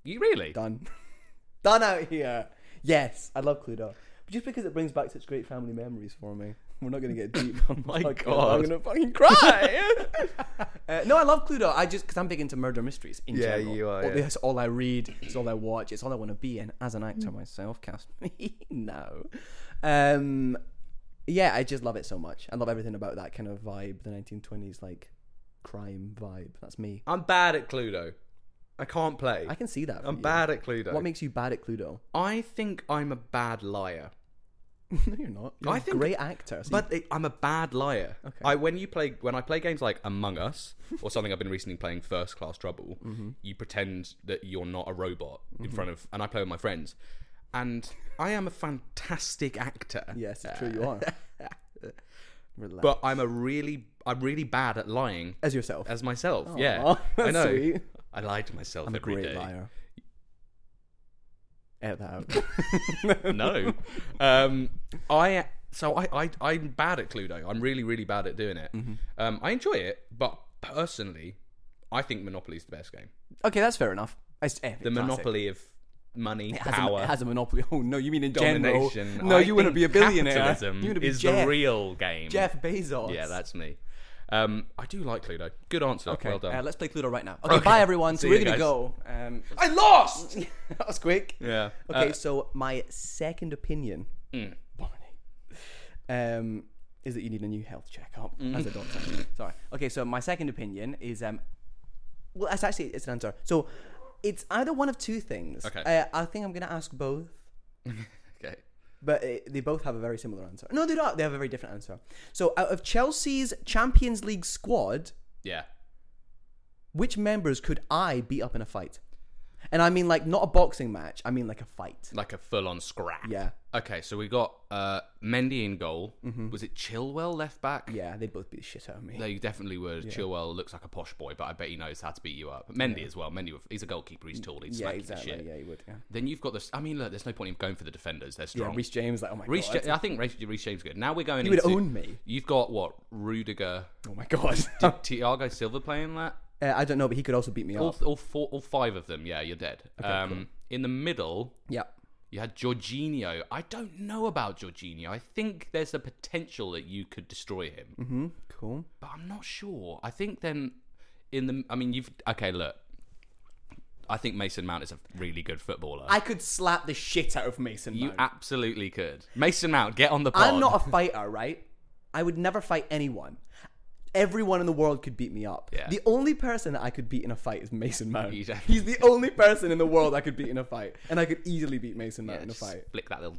B: You really? *laughs*
A: Done. *laughs* Done out here. Yes, I love Cluedo. But just because it brings back such great family memories for me. We're not going to get *laughs* deep. on
B: My
A: the podcast.
B: God.
A: I'm going to fucking cry. *laughs* uh, no, I love Cluedo. I just because I'm big into murder mysteries in
B: Yeah,
A: general.
B: you are,
A: All-
B: yeah.
A: It's all I read. It's all I watch. It's all I want to be in as an actor myself. Cast *laughs* me no. Um, yeah, I just love it so much. I love everything about that kind of vibe, the 1920s like crime vibe. That's me.
B: I'm bad at Cluedo. I can't play.
A: I can see that. for
B: I'm
A: you.
B: bad at Cluedo.
A: What makes you bad at Cluedo?
B: I think I'm a bad liar.
A: *laughs* no, you're not. You're
B: Oh, I
A: a
B: think-
A: great actor. so
B: But it, I'm a bad liar. Okay. I when you play when I play games like Among Us or something I've been recently playing First Class Trouble,
A: Mm-hmm.
B: you pretend that you're not a robot in front of and I play with my friends. And I am a fantastic actor. Uh,
A: you- yes, it's true. You
B: *laughs*
A: are. Relax.
B: But I'm a really I'm really bad at lying
A: as yourself,
B: as myself. yeah.
A: Aw,
B: I
A: *laughs* that's
B: know.
A: sweet.
B: I lie to myself
A: Oh, I'm a
B: every
A: great
B: day.
A: liar. Edit that out.
B: *laughs* no. Um, I so I, I I'm bad at Cluedo. I'm really really bad at doing it.
A: Mm-hmm.
B: Um, I enjoy it, but personally, I think Monopoly's the best game.
A: *laughs* okay, that's fair enough. It's, eh,
B: The
A: classic.
B: monopoly of money,
A: It has, a,
B: power,
A: it has a monopoly. Oh no, you mean in general?
B: domination.
A: No,
B: I
A: you wouldn't be
B: think
A: a billionaire.
B: Capitalism
A: you wouldn't be
B: is
A: Jeff,
B: the real game.
A: Jeff Bezos.
B: Yeah, that's me. Um, I do like Cluedo. Good answer.
A: okay.
B: Well done.
A: Uh, let's play Cluedo right now. Okay, bye everyone. So
B: See
A: we're
B: you
A: gonna
B: guys.
A: go. Um,
B: I lost.
A: *laughs* that was quick.
B: Yeah.
A: Okay,
B: Uh, mm.
A: so my second opinion, Barney, um, is that you need a new health checkup
B: Mm.
A: as a
B: *laughs*
A: doctor. Sorry. Okay, so my second opinion is um, well, it's actually it's an answer. So it's either one of two things.
B: Okay.
A: Uh, I think I'm gonna ask both,
B: okay.
A: but uh they both have a very similar answer. No, they don't. They have a very different answer. So out of Chelsea's Champions League squad,
B: Yeah.
A: which members could I beat up in a fight? And I mean like not a boxing match. I mean like a fight.
B: Like a full-on scrap.
A: Yeah. Mm-hmm.
B: Okay, so we got uh, Mendy in goal. Was it Chilwell left back?
A: Yeah, they both beat the shit out of me.
B: They definitely were. Chilwell looks like a posh boy, but I bet he knows how to beat you up. Mendy as well. Mendy, he's a goalkeeper. He's tall. He's
A: yeah,
B: smacky
A: exactly.
B: shit.
A: Yeah, you would. Yeah.
B: Then you've got this. I mean, look, there's no point in going for the defenders. They're
A: Yeah,
B: strong.
A: Reece James, like, oh my
B: Reece
A: god.
B: Ja- I think Reece, Reece James is good. Now we're going.
A: would
B: into,
A: own me.
B: You've got what Rudiger,
A: oh my god. *laughs*
B: Di- Thiago Silva playing that.
A: uh, I don't know, but he could also beat me
B: All,
A: up.
B: all four, all five of them. Yeah, you're dead. um, In the middle,
A: Yeah.
B: you had Jorginho. I don't know about Jorginho. I think there's a potential that you could destroy him.
A: Cool.
B: but I'm not sure. I think then in the I mean you've okay look. I think Mason Mount is a really good footballer.
A: I could slap the shit out of Mason.
B: you
A: Mount.
B: absolutely could. Mason Mount, get on the pod. *laughs*
A: I'm not *laughs* a fighter, right? I would never fight anyone. Everyone in the world could beat me up.
B: Yeah.
A: The only person that I could beat in a fight is *laughs* Mason Mount.
B: He's-
A: He's the only person in the world I could beat in a fight, and I could easily beat Mason Mount
B: Yeah,
A: in a
B: just
A: fight.
B: Flick that little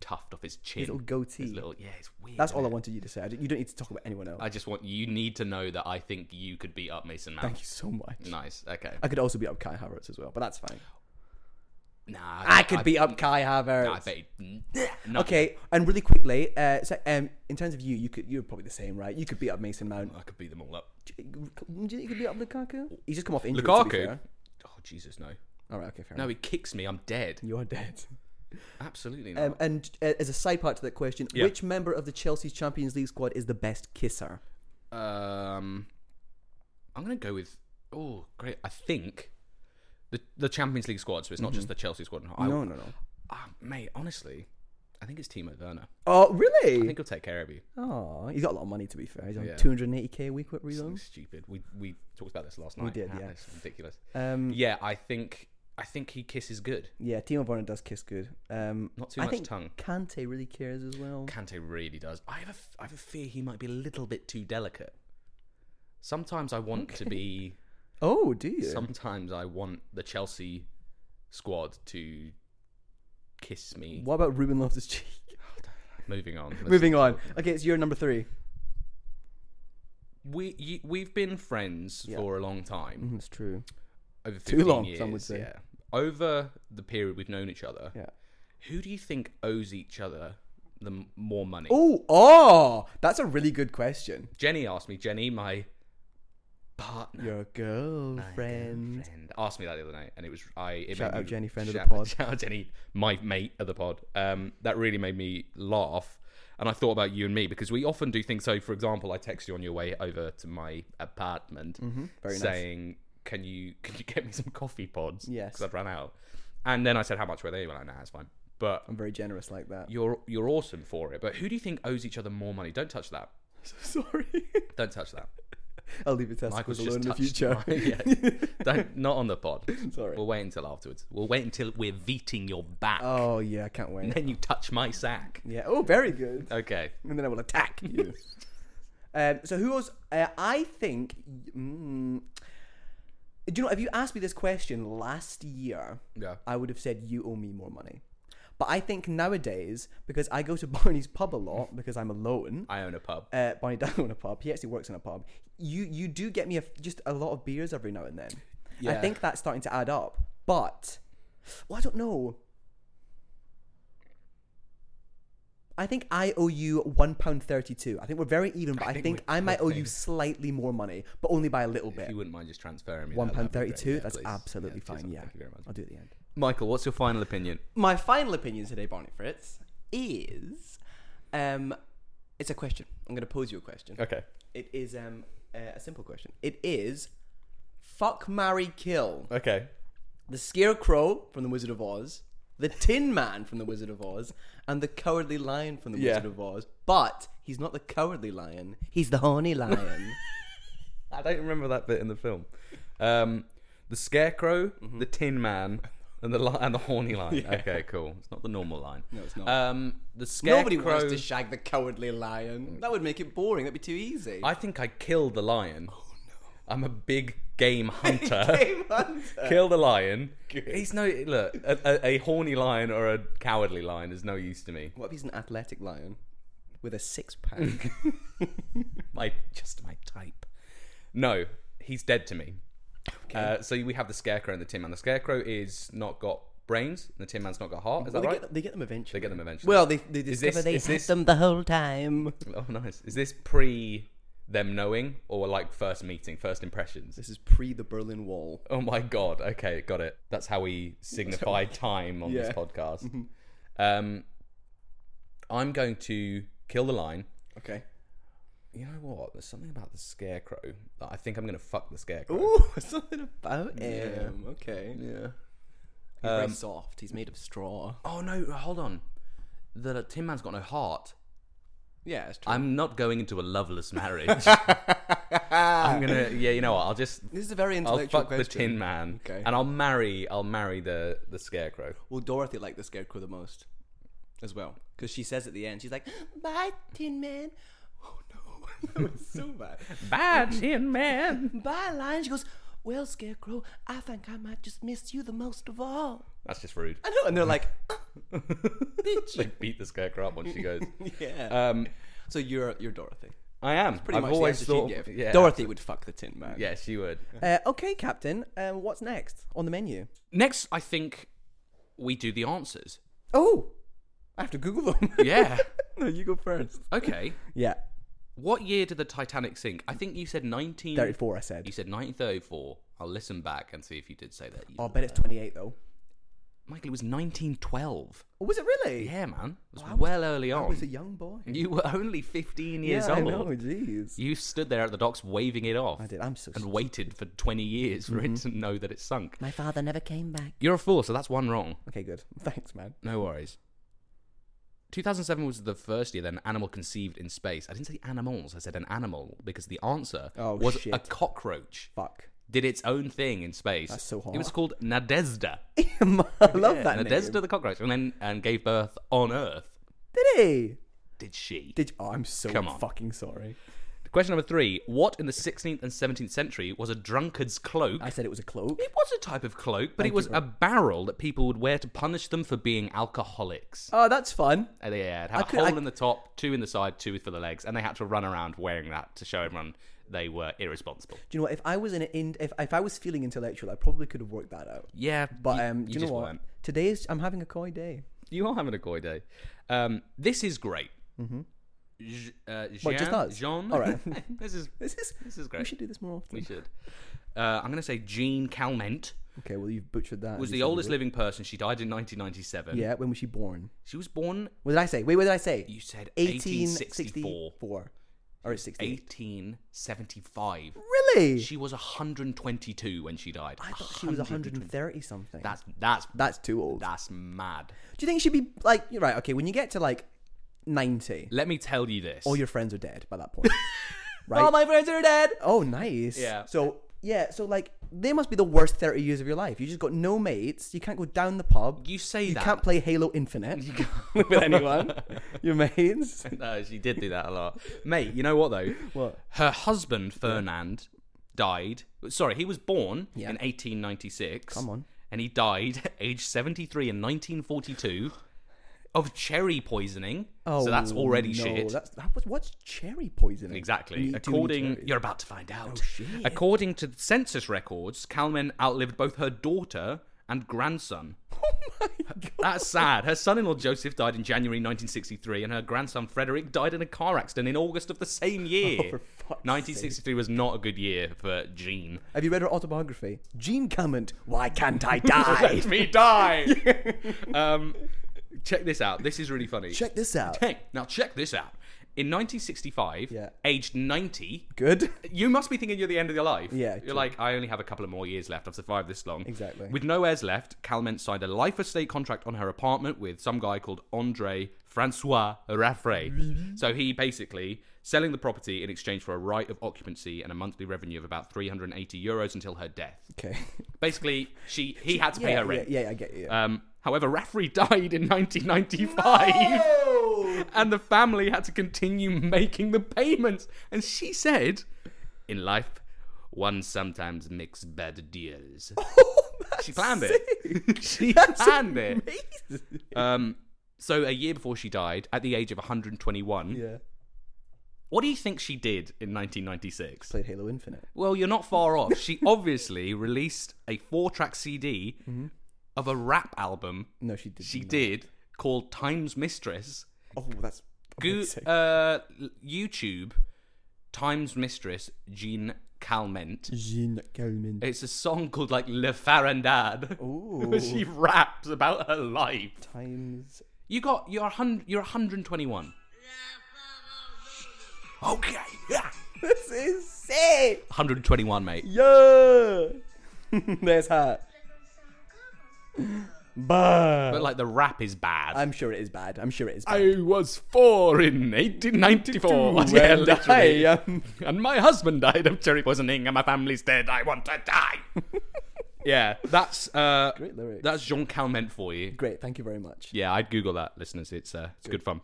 B: tuft off his chin.
A: His little goatee.
B: His little- yeah, it's weird.
A: That's all I
B: isn't it?
A: wanted you to say. I d- you don't need to talk about anyone else.
B: I just want you need to know that I think you could beat up Mason Mount.
A: Thank you so much.
B: Nice. Okay.
A: I could also beat up Kai Havertz as well, but that's fine.
B: Nah.
A: I could beat up Kai Havertz.
B: I bet. he- No.
A: Okay, and really quickly, uh, so, um, in terms of you, you could you're probably the same, right? You could beat up Mason Mount.
B: I could beat them all up.
A: Do you think you could beat up Lukaku? He's just come off injury. To be
B: Lukaku.
A: fair.
B: Oh Jesus, no.
A: All right, okay, fair
B: No,
A: enough.
B: he kicks me. I'm dead.
A: You're dead.
B: Absolutely not.
A: Um, and uh, as a side part to that question,
B: Yeah.
A: which member of the Chelsea Champions League squad is the best kisser?
B: Um, I'm gonna go with oh great. I think the the Champions League squad, so it's not just the Chelsea squad. I,
A: Mhm. no, no, no.
B: Ah, mate, honestly, I think it's Timo Werner.
A: Oh,
B: I
A: really?
B: think he'll take care of you.
A: Oh, he's got a lot of money. To be fair, he's on
B: Yeah.
A: 280k a week. What were you on?
B: Something stupid. We we talked about this last night.
A: did,
B: Ah,
A: yeah.
B: It's ridiculous.
A: Um,
B: Yeah, I think I think he kisses good.
A: Yeah, Timo Werner does kiss good. Um,
B: Not too
A: I
B: much
A: think
B: tongue.
A: Kante really cares as well.
B: Kante really does. I have a, f- I have a fear he might be a little bit too delicate. Sometimes I want to be.
A: Oh, do you?
B: Sometimes I want the Chelsea squad to kiss me.
A: What about Ruben Loftus Cheek? *laughs*
B: Moving on. Let's-
A: Moving on. Okay, it's your number three.
B: We you, we've been friends
A: Yeah.
B: for a long time.
A: That's true.
B: Over
A: Too
B: 15
A: long, some would
B: years,
A: say.
B: Yeah. Over the period we've known each other,
A: Yeah.
B: who do you think owes each other the m- more money?
A: Oh, oh, that's a really good question.
B: Jenny asked me. Jenny, my partner.
A: Your girlfriend.
B: friend asked me that the other night, and it was I. It
A: Shout
B: made
A: out
B: me-
A: Jenny, friend of the
B: shout-
A: pod.
B: *laughs* Shout out Jenny, my mate of the pod. Um, that really made me laugh, and I thought about you and me because we often do things. So, for example, I text you on your way over to my apartment,
A: Mm, Mm-hmm, very nice.
B: saying, "Can you can you get me some coffee pods?
A: Yes.
B: because I've run out." And then I said, "How much were they?" You were like, "Nah, it's fine." But
A: I'm very generous like that. *laughs*
B: you're you're awesome for it. But who do you think owes each other more money? Don't touch that.
A: Sorry. *laughs*
B: Don't touch that.
A: I'll leave your testicles
B: Michael's
A: alone
B: just
A: in the
B: touched
A: future.
B: mine. Yeah. Don't not on the pod.
A: *laughs* Sorry.
B: We'll wait until afterwards. We'll wait until we're veting your
A: *laughs*
B: back.
A: Oh yeah, I can't
B: And *laughs*
A: wait.
B: then you touch my sack.
A: Yeah. Oh, very good.
B: Okay.
A: And then I will attack you. *laughs* um, so who was? Uh, I think. Mm, do you know? If you asked me this question last year,
B: Yeah.
A: I would have said you owe me more money. But I think nowadays, because I go to *laughs* Barney's pub a lot because I'm alone.
B: I own a pub.
A: Uh, Barney does own a pub. He actually works in a pub. You you do get me a, just a lot of beers every now and then. I
B: Yeah.
A: think that's starting to add up. But well, I don't know. I think I owe you one pound thirty-two. I think we're very even, but I,
B: think
A: think,
B: we're
A: I might owe you
B: nothing.
A: slightly more money, but only by a little
B: If
A: bit.
B: you wouldn't mind just transferring me.
A: One
B: that,
A: pound
B: that'd be great.
A: thirty-two.
B: Yeah,
A: That's
B: please.
A: absolutely
B: cheers,
A: fine. Yeah, Uh,
B: Thank you very much.
A: I'll do it at the end.
B: Michael, what's your final opinion?
A: My final opinion today, Barney Fritz, is um, it's a question. I'm going to pose you a question.
B: Okay.
A: It is um uh, a simple question. It is fuck Mary Kill.
B: Okay.
A: The Scarecrow from The Wizard of Oz, the Tin Man from The Wizard of Oz, and the Cowardly Lion from The
B: Yeah.
A: Wizard of Oz. But he's not the cowardly lion, he's the horny lion.
B: *laughs* I don't remember that bit in the film. Um, the scarecrow,
A: Mm-hmm.
B: the tin man, and the li- and the
A: *laughs*
B: horny line. Okay, cool. It's not the normal line. No,
A: it's not.
B: Um, the scarecrow.
A: Nobody wants to shag the cowardly lion. That would make it boring, that'd be too easy. *laughs*
B: I think I killed the lion. Oh no! I'm a big
A: *laughs*
B: game hunter.
A: Game Hunter.
B: Kill the lion. He's no look. A, a, a horny lion or a cowardly lion is no use to me.
A: What if he's an athletic lion with a six *laughs* pack?
B: My just my type. No, he's dead to me. Uh, so we have the scarecrow and the tin man. The scarecrow is not got brains. And the tin man's not got heart. Is that
A: Well, they,
B: right?
A: get, they get them eventually.
B: They get them eventually.
A: Well, they, they
B: Is
A: discover
B: this-
A: they
B: is
A: had
B: this-
A: them the whole time.
B: Oh, nice. Is this pre them knowing or like first meeting, first
A: *laughs*
B: impressions?
A: This is pre the Berlin Wall.
B: Oh my god. Okay, got it. That's how we
A: *laughs*
B: signify time on
A: Yeah. Mm-hmm.
B: this podcast. um, I'm going to kill the line.
A: Okay.
B: You know what? There's something about the scarecrow. that I think I'm going to fuck the scarecrow.
A: Ooh, *laughs* something about him. Um, Okay.
B: Yeah.
A: He's very soft. He's made of straw.
B: Oh no! Hold on. The Tin Man's got no heart.
A: Yeah, it's true.
B: I'm not going into a
A: *laughs*
B: loveless marriage. I'm gonna. Yeah, you know what? I'll just.
A: this is a very
B: I'll
A: intellectual
B: fuck
A: question.
B: the Tin Man,
A: Okay.
B: and I'll marry. I'll marry the the scarecrow.
A: Well, Dorothy liked the scarecrow the most, as well, because she says at the end, she's like, "Bye, Tin Man." *laughs* Oh no, *laughs* that was so bad.
B: Bad Tin Man.
A: Bye, Lion. She goes, "Well, scarecrow, I think I might just miss you the most of all."
B: That's
A: *laughs*
B: just rude.
A: I know, and they're
B: *laughs*
A: like, "Uh,
B: they beat the scarecrow up when she
A: *laughs*
B: goes.
A: "Yeah."
B: Um,
A: so you're you're Dorothy.
B: I am.
A: Pretty
B: I've
A: much
B: always
A: the answer
B: thought.
A: she gave.
B: Yeah,
A: Dorothy would fuck the Tin Man.
B: Yeah, she would.
A: Uh, okay, Captain. Um, what's next on the menu?
B: Next, I think we do the answers.
A: Oh, I have to Google them.
B: *laughs* Yeah.
A: *laughs* no, you go first.
B: Okay.
A: Yeah,
B: What year did the Titanic sink? I think you said 19.
A: 34. I
B: You
A: said.
B: said 1934. I'll listen back and see if you did say that. You-
A: Oh, I bet it's 28 though.
B: Michael, it was 1912.
A: Oh, was it really?
B: Yeah, man. It was well early
A: I
B: on.
A: was a young boy.
B: You were only 15 years
A: yeah,
B: old.
A: I know. Jeez.
B: You stood there at the docks waving it off.
A: I did. Mm-hmm. I'm so.
B: And waited for 20 years for it to know that it sunk.
A: My father never came back.
B: You're a fool, so that's one wrong.
A: Okay, good. *laughs* Thanks, man.
B: No worries. 2007 was the first year that an animal conceived in space. I didn't say animals, I said an animal because the answer
A: Oh,
B: was
A: shit.
B: a cockroach.
A: Fuck.
B: did its own thing in space.
A: That's so
B: It was
A: hard.
B: called Nadezda.
A: *laughs* I love that name.
B: Nadezda the cockroach, and then and gave birth on Earth.
A: Did he?
B: Did she?
A: Did oh, I'm so
B: Come on.
A: fucking sorry.
B: Question number three: What in the 16th and 17th century was a drunkard's cloak?
A: I said it was a cloak.
B: It was a type of cloak, but it was a barrel that people would wear to punish them for being alcoholics.
A: Oh, that's fun.
B: Uh, yeah, it had a
A: could-
B: hole
A: I-
B: in the top, two in the side, two for the legs, and they had to run around wearing that to show everyone they were irresponsible.
A: Do you know what? If I was in, in if if I was feeling intellectual, I probably could have worked that out.
B: Yeah,
A: But
B: you-
A: um, do you,
B: you
A: know
B: just
A: what?
B: weren't.
A: Today is I'm having a coy day.
B: You are having a coy day. Um, this is great. Mm-hmm. Je, uh, Jean,
A: What, just us?
B: Jean?
A: All right.
B: *laughs* this is
A: This is
B: this is
A: we
B: great.
A: should do this more
B: We
A: often.
B: should. Uh, I'm going to say Jean Calment
A: Okay, well you've butchered that.
B: was
A: You
B: the
A: said
B: oldest
A: you
B: living person. She died in 1997.
A: were- Yeah, when was she born?
B: She was born.
A: What did I say? Wait, what did I say?
B: You said 1864.
A: 1864 or it's 68.
B: 1875.
A: Really?
B: She was 122 when she died.
A: I thought she was 130 something.
B: That's that's
A: that's too old.
B: that's mad.
A: Do you think she'd be like you're right? Okay, when you get to like 90,
B: Let me tell you this.
A: all your friends are dead by that point, right?
B: All my friends are dead.
A: Oh, nice.
B: Yeah.
A: So yeah, so like they must be the worst thirty years of your life. You just got no mates. You can't go down the pub.
B: You say
A: You
B: that.
A: can't play Halo Infinite *laughs*
B: *laughs*
A: with anyone. Your mates.
B: No, she did do that a lot, mate. You know what though?
A: What?
B: Her husband Fernand died. Sorry, he was born
A: Yeah.
B: in 1896.
A: Come on.
B: and he died *laughs* at age 73 in 1942 of cherry poisoning. *laughs* so that's already
A: Oh, no,
B: shit.
A: That's that was what's cherry poisoning?
B: Exactly.
A: You do
B: According,
A: need
B: *laughs*
A: cherries. *laughs*
B: you're about to find out.
A: shit.
B: According to the census records, Kalman outlived both her daughter and grandson.
A: Oh my god.
B: That's sad. Her son-in-law Joseph died in January 1963, and her grandson Frederick died in a car accident in August of the same year.
A: Oh, for fuck's
B: 1963 was not a good year for
A: *laughs*
B: Jean.
A: Have you read her autobiography? Jean Comment. Why can't
B: *laughs*
A: I die?
B: Let me die.
A: *laughs*
B: um, check this out. This is really funny.
A: Check this
B: *laughs*
A: out.
B: Hey, now check this out. In 1965,
A: Yeah.
B: aged 90,
A: Good.
B: You must be thinking you're the end of your life.
A: Yeah,
B: You're
A: true.
B: like, I only have a couple of more years left. I've survived this long.
A: Exactly.
B: With no heirs left, Calment signed a life estate contract on her apartment with some guy called Andre Francois
A: *laughs*
B: Raffray. so he basically selling the property in exchange for a right of occupancy and a monthly revenue of about 380 euros until her death.
A: Okay.
B: Basically, she he had to pay
A: yeah,
B: her rent.
A: yeah, yeah, I get
B: *laughs*
A: you.
B: Um, however, Raffray *laughs* died in 1995
A: oh!
B: *laughs* and the family had to continue making the payments. And she said, "In life, one sometimes makes bad deals."
A: Oh,
B: *laughs* she planned it. *laughs* she planned it.
A: Amazing.
B: Um, so a year before she died, at the age of 121,
A: Yeah.
B: what do you think she did in 1996?
A: Played Halo Infinite.
B: Well, you're not far off.
A: *laughs*
B: She obviously released a four-track CD
A: Mm-hmm.
B: of a rap album.
A: No, she did.
B: She did called "Times Mistress."
A: Oh, that's
B: Go-
A: amazing.
B: uh, YouTube Times Mistress Jean Calment.
A: Jean Calment.
B: It's a song called like Le Farandad. *laughs* Where she raps about her life.
A: Times.
B: You got you're hundred you're 121. *laughs* Okay, *laughs* yeah.
A: This is sick.
B: 121, mate.
A: Yeah. *laughs* There's her.
B: But
A: Bah.
B: like the rap is bad.
A: I'm sure it is bad. I'm sure it is bad.
B: I was four in 1894.
A: When
B: Oh, *laughs* yeah, literally.
A: I am-
B: And my husband died of cherry poisoning, and my family's dead. I want to die. *laughs* yeah, that's uh,
A: Great lyrics.
B: That's Jean Calment for you.
A: Great. Thank you very much.
B: Yeah, I'd Google that, listeners. It's uh, it's good. fun.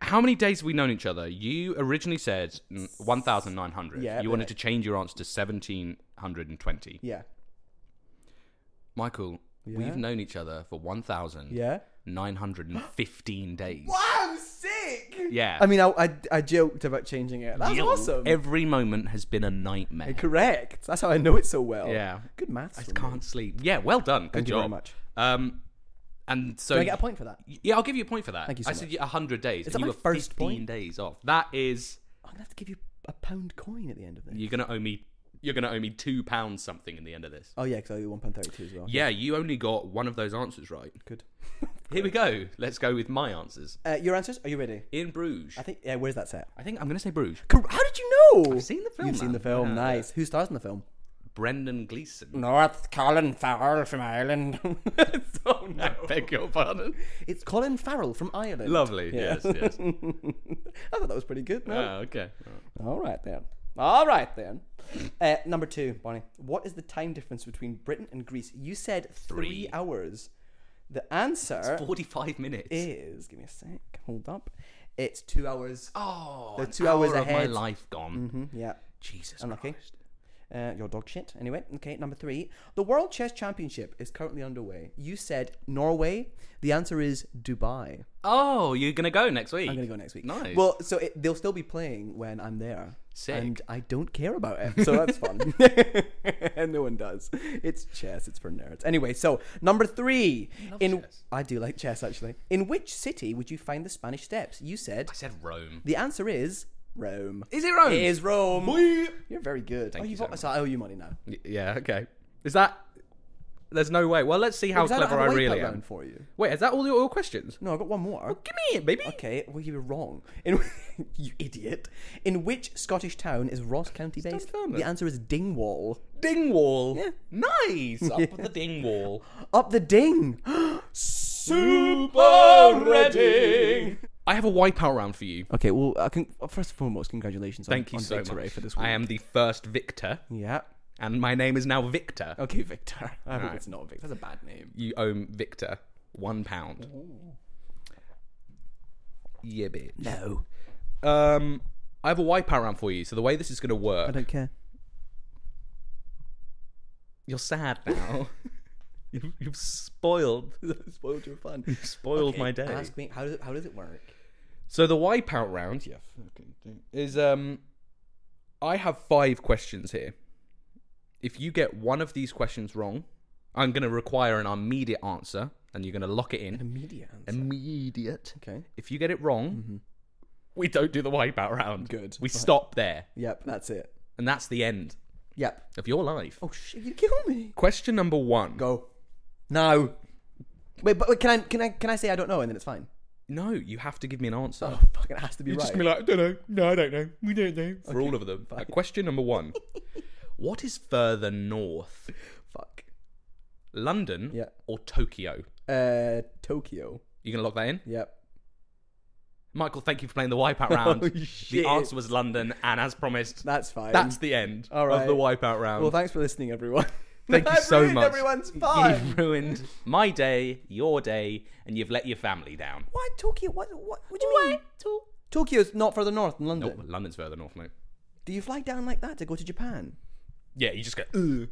B: How many days have we known each other? You originally said mm, 1,900.
A: Yeah,
B: you
A: but-
B: wanted to change your answer to 1,720.
A: Yeah.
B: Michael,
A: Yeah.
B: we've known each other for 1,915
A: Yeah.
B: days.
A: Wow, sick.
B: Yeah.
A: I mean, I, I, I joked about changing it. That's
B: Yo,
A: awesome.
B: Every moment has been a nightmare.
A: Correct. That's how I know it so well.
B: Yeah.
A: Good maths.
B: I
A: from you.
B: can't sleep. Yeah, well done. Good
A: Thank you
B: job.
A: very much.
B: Um, and so
A: Do I get a point for that?
B: Yeah, I'll give you a point for that.
A: Thank you so
B: I said
A: much.
B: you 100 days.
A: Is
B: and
A: that
B: you
A: my
B: were
A: first
B: 15
A: point?
B: days off. That is
A: I'm gonna have to give you a pound coin at the end of this.
B: you're gonna owe me you're gonna owe me two pounds something in the end of this.
A: Oh yeah, because I owe one pound thirty-two as well.
B: Yeah, you only got one of those answers right.
A: Good.
B: Here we go. Let's go with my answers.
A: Uh, your answers? Are you ready?
B: In Bruges.
A: I think. Yeah. Where's that set?
B: I think I'm gonna say Bruges.
A: Cor- How did you know?
B: I've seen the film,
A: You've seen
B: man.
A: the film.
B: Yeah.
A: nice. Who stars in the film?
B: Brendan Gleeson.
A: North Colin Farrell from
B: *laughs*
A: Ireland.
B: oh no. *laughs* I beg your pardon.
A: it's Colin Farrell from *laughs* Ireland.
B: Lovely.
A: Yeah.
B: Yes, yes.
A: I thought that was pretty good. No?
B: Oh, okay.
A: All right then. All right then. Uh, number two, Bonnie. What is the time difference between Britain and Greece? You said three,
B: Three.
A: hours. The answer
B: 45 minutes.
A: is. Give me a sec. Hold up. It's two hours.
B: oh,
A: They're
B: an
A: two hours
B: hour of my
A: ahead.
B: life gone.
A: Mhm, yeah.
B: Jesus
A: Unlucky.
B: Christ.
A: Uh, your dog shit. Anyway, okay. Number three. The World Chess Championship is currently underway. You said Norway. The answer is Dubai.
B: Oh, you're going to go next week?
A: I'm gonna go next week.
B: Nice.
A: Well, so it, they'll still be playing when I'm there.
B: Sick.
A: And I don't care about it, so
B: *laughs*
A: that's fun. *laughs* and no one does. It's chess. It's for nerds. Anyway, so number three. in
B: chess.
A: I do like chess actually. In which city would you find the Spanish Steps? You said
B: I said Rome.
A: the answer is Rome.
B: Is it Rome?
A: It is Rome.
B: Boy.
A: You're very good.
B: Thank
A: oh,
B: you
A: you've
B: so
A: al-
B: much.
A: so I owe you money now.
B: Y- Yeah, okay. Is that. There's no way. Well, let's see how
A: Because I don't
B: clever I,
A: have a wipeout
B: really am.
A: round for you.
B: Wait, is that all your all questions?
A: No, I got one more.
B: Give me it, baby.
A: Okay, well you were wrong. In *laughs* you idiot. In which Scottish town is Ross County based?
B: Dunfermline.
A: The answer is Dingwall.
B: Dingwall. Nice. Up the Dingwall.
A: Up the ding.
B: *laughs*
A: *gasps*
B: Super ready. I have a wipeout round for you.
A: Okay, well, I can, first and foremost, congratulations.
B: Thank
A: on,
B: you
A: on
B: so
A: Victor Ray
B: much.
A: for this week.
B: I am the first victor,
A: Yeah.
B: and my name is now Victor.
A: Okay, Victor. *laughs* I hope
B: Alright.
A: it's not Victor. That's a bad name.
B: You owe Victor one pound. Yeah, bitch.
A: No,
B: Um, I have a wipeout round for you. So the way this is going to
A: I
B: work,
A: don't care.
B: you're sad now. *laughs* you've, you've spoiled,
A: *laughs* Spoiled your fun.
B: *laughs* spoiled my day.
A: Ask me how does it, how does it work?
B: So the wipeout round, yeah, fucking thing, is um, I have five questions here. If you get one of these questions wrong, I'm going to require an immediate answer, and you're going to lock it in.
A: Immediate answer.
B: Immediate.
A: Okay.
B: If you get it wrong, we don't do the wipeout round.
A: Mm-hmm. Good.
B: We
A: Right.
B: stop there,
A: Yep, that's it.
B: and that's the end
A: Yep.
B: of your life.
A: Oh shit! You kill me.
B: Question number one.
A: Go. No. Wait, but wait, can I can I can I say I don't know and then it's fine?
B: No, you have to give me an answer.
A: Oh, fucking it has to be
B: You're
A: right.
B: just gonna be like, I don't know. No, I don't know. We don't know. For all of them. Uh, question number one. *laughs* what is further north?
A: Fuck.
B: London
A: Yeah.
B: or Tokyo?
A: Uh, Tokyo.
B: You gonna lock that in?
A: Yep.
B: Michael, thank you for playing the *laughs* wipeout round.
A: Oh, shit.
B: the answer was London, and as promised,
A: That's fine.
B: that's the end
A: All
B: of the wipeout round.
A: well. Thanks for listening, everyone.
B: *laughs* Thank
A: *laughs*
B: you
A: I've
B: so
A: ruined
B: much.
A: Everyone's fun.
B: You've ruined *laughs* my day, your day, and you've let your family down.
A: Why Tokyo? What? What? What do you mean? Tokyo's not further north than London.
B: Nope, Oh, London's further north, mate.
A: Do you fly down like that to go to Japan?
B: Yeah, you just go. Ugh.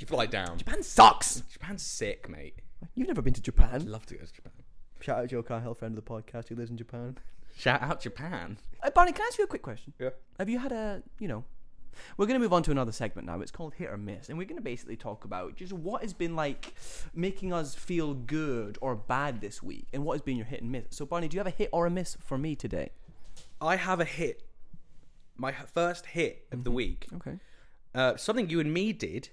B: You fly down.
A: Japan sucks.
B: Japan's sick, mate.
A: You've never been to Japan.
B: Love to go to Japan.
A: Shout out Joe Cahill, friend of the podcast, who lives in Japan.
B: Shout out Japan.
A: Uh, Barney, can I ask you a quick question?
B: Yeah.
A: Have you had a, you know, we're going to move on to another segment now. It's called Hit or Miss, and we're going to basically talk about just what has been like making us feel good or bad this week, and what has been your hit and miss. So, Barney, do you have a hit or a miss for me today?
B: I have a hit. My h- first hit of the week.
A: Okay.
B: Uh, something you and me did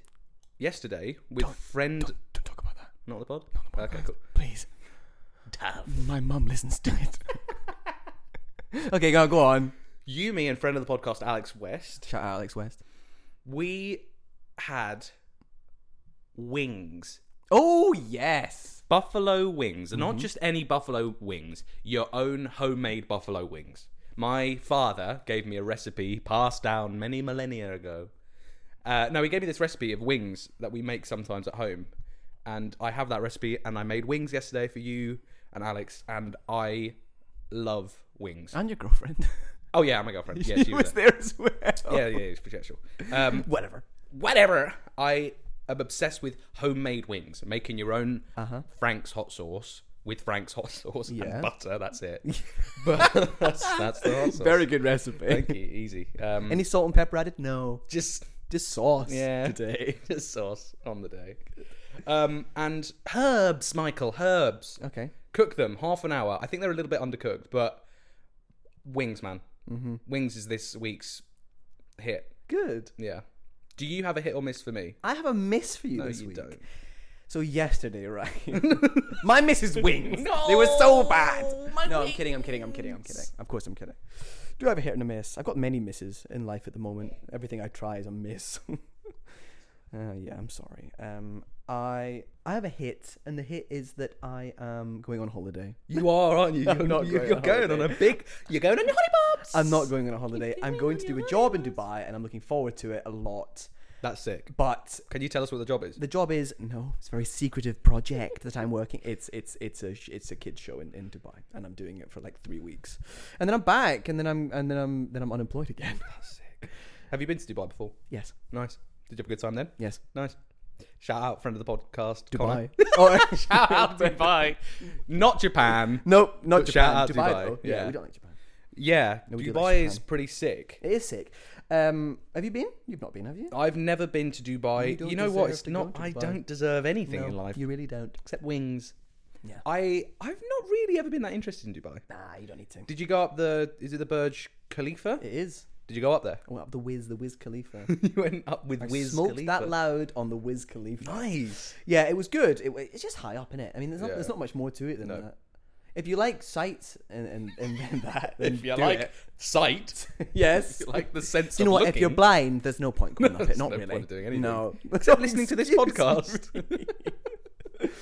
B: yesterday with friend.
A: Don't talk about that,
B: Not the pod. okay, cool.
A: please. My mum listens to it. *laughs* okay, go go on.
B: You, me, and friend of the podcast, Alex West.
A: Shout out Alex West.
B: We had wings,
A: Oh yes.
B: buffalo wings, and not just any buffalo wings. Your own homemade buffalo wings. My father gave me a recipe passed down many millennia ago. Uh, no, he gave me this recipe of wings that we make sometimes at home, and I have that recipe. And I made wings yesterday for you and Alex, and I love wings.
A: And your girlfriend.
B: Oh yeah, my girlfriend. Yeah,
A: *laughs* she,
B: she,
A: was
B: was.
A: there as well.
B: there. Yeah, yeah, it's potential. Um,
A: Whatever.
B: *laughs* whatever. I am obsessed with homemade wings, making your own Frank's hot sauce with Frank's hot sauce
A: Uh-huh. Yeah.
B: and butter.
A: *laughs*
B: That's it. but that's, that's the hot sauce.
A: Very good recipe.
B: Thank you. Easy. Um,
A: Any salt and pepper added? No.
B: just
A: Just sauce.
B: yeah,
A: Today.
B: *laughs* just sauce on the day. Um, and herbs, Michael. Herbs.
A: Okay.
B: Cook them half an hour. I think they're a little bit undercooked, but wings, man. Mm-hmm. Wings is this week's hit.
A: Good.
B: Yeah. Do you have a hit or miss for me?
A: I have a miss for you
B: No,
A: this
B: you
A: week.
B: don't.
A: So yesterday, right? My miss is wings. *laughs* They were so bad. no, I'm kidding. I'm kidding. I'm kidding. I'm kidding. Of course, I'm kidding. Do I have a hit and a miss? I've got many misses in *laughs* life at the moment. Everything I try is a miss. uh, yeah, I'm sorry. Um, I I have a hit, and the hit is that I am going on holiday.
B: You are, aren't *laughs* you? You're,
A: *laughs* not
B: you're
A: going on
B: going on a
A: holiday.
B: big. You're going on your honey pops.
A: I'm not going on a holiday. I'm going to do a job in Dubai, and I'm looking forward to it a lot.
B: That's sick.
A: But
B: Can you tell us what the job is?
A: the job is no, it's a very secretive project that I'm working. It's it's it's a sh- it's a kids show in, in Dubai, and I'm doing it for like three weeks, and then I'm back, and then I'm and then I'm then I'm unemployed
B: *laughs*
A: again.
B: Sick. Have you been to Dubai before?
A: yes,
B: Nice. Did you have a good time then?
A: yes,
B: Nice. Shout out friend of the podcast, Connor.
A: Dubai. *laughs* oh,
B: Shout out Dubai, not
A: *laughs*
B: Japan.
A: no, not
B: But
A: Japan.
B: shout out
A: Dubai.
B: Dubai,
A: though. Yeah.
B: yeah.
A: we don't like Japan.
B: Yeah,
A: we do
B: Dubai
A: like
B: is
A: Japan.
B: pretty sick.
A: It is sick. Um, have you been? You've not been, have you?
B: I've never been to
A: You
B: Dubai. You,
A: don't
B: know what?
A: deserve
B: It's
A: to
B: not.
A: go to
B: I
A: Dubai.
B: don't deserve anything in life
A: you really don't.
B: except wings.
A: Yeah.
B: I I've not really ever been that interested in Dubai.
A: Nah, you don't need to.
B: Did you go up the? Is it the Burj Khalifa?
A: It is.
B: Did you go up there? *laughs*
A: I went up the Wiz, the Wiz Khalifa.
B: you went up with Wiz
A: Smoked
B: Khalifa.
A: that loud on the Wiz Khalifa.
B: nice.
A: Yeah, it was good. It, wa- it's just high up in it. I mean, there's not
B: Yeah.
A: there's not much more to it than
B: No.
A: that. If you like sights and and, and,
B: *laughs*
A: and that, then
B: If you
A: do
B: like
A: it. *laughs*
B: *laughs* sight,
A: yes.
B: you like the sense.
A: do you know
B: of
A: what? If you're
B: looking.
A: blind, there's no point going up
B: there's
A: it. Not
B: no
A: really.
B: point doing anything.
A: No, *laughs*
B: *laughs* Except listening to this
A: Excuse
B: podcast. *laughs*
A: me.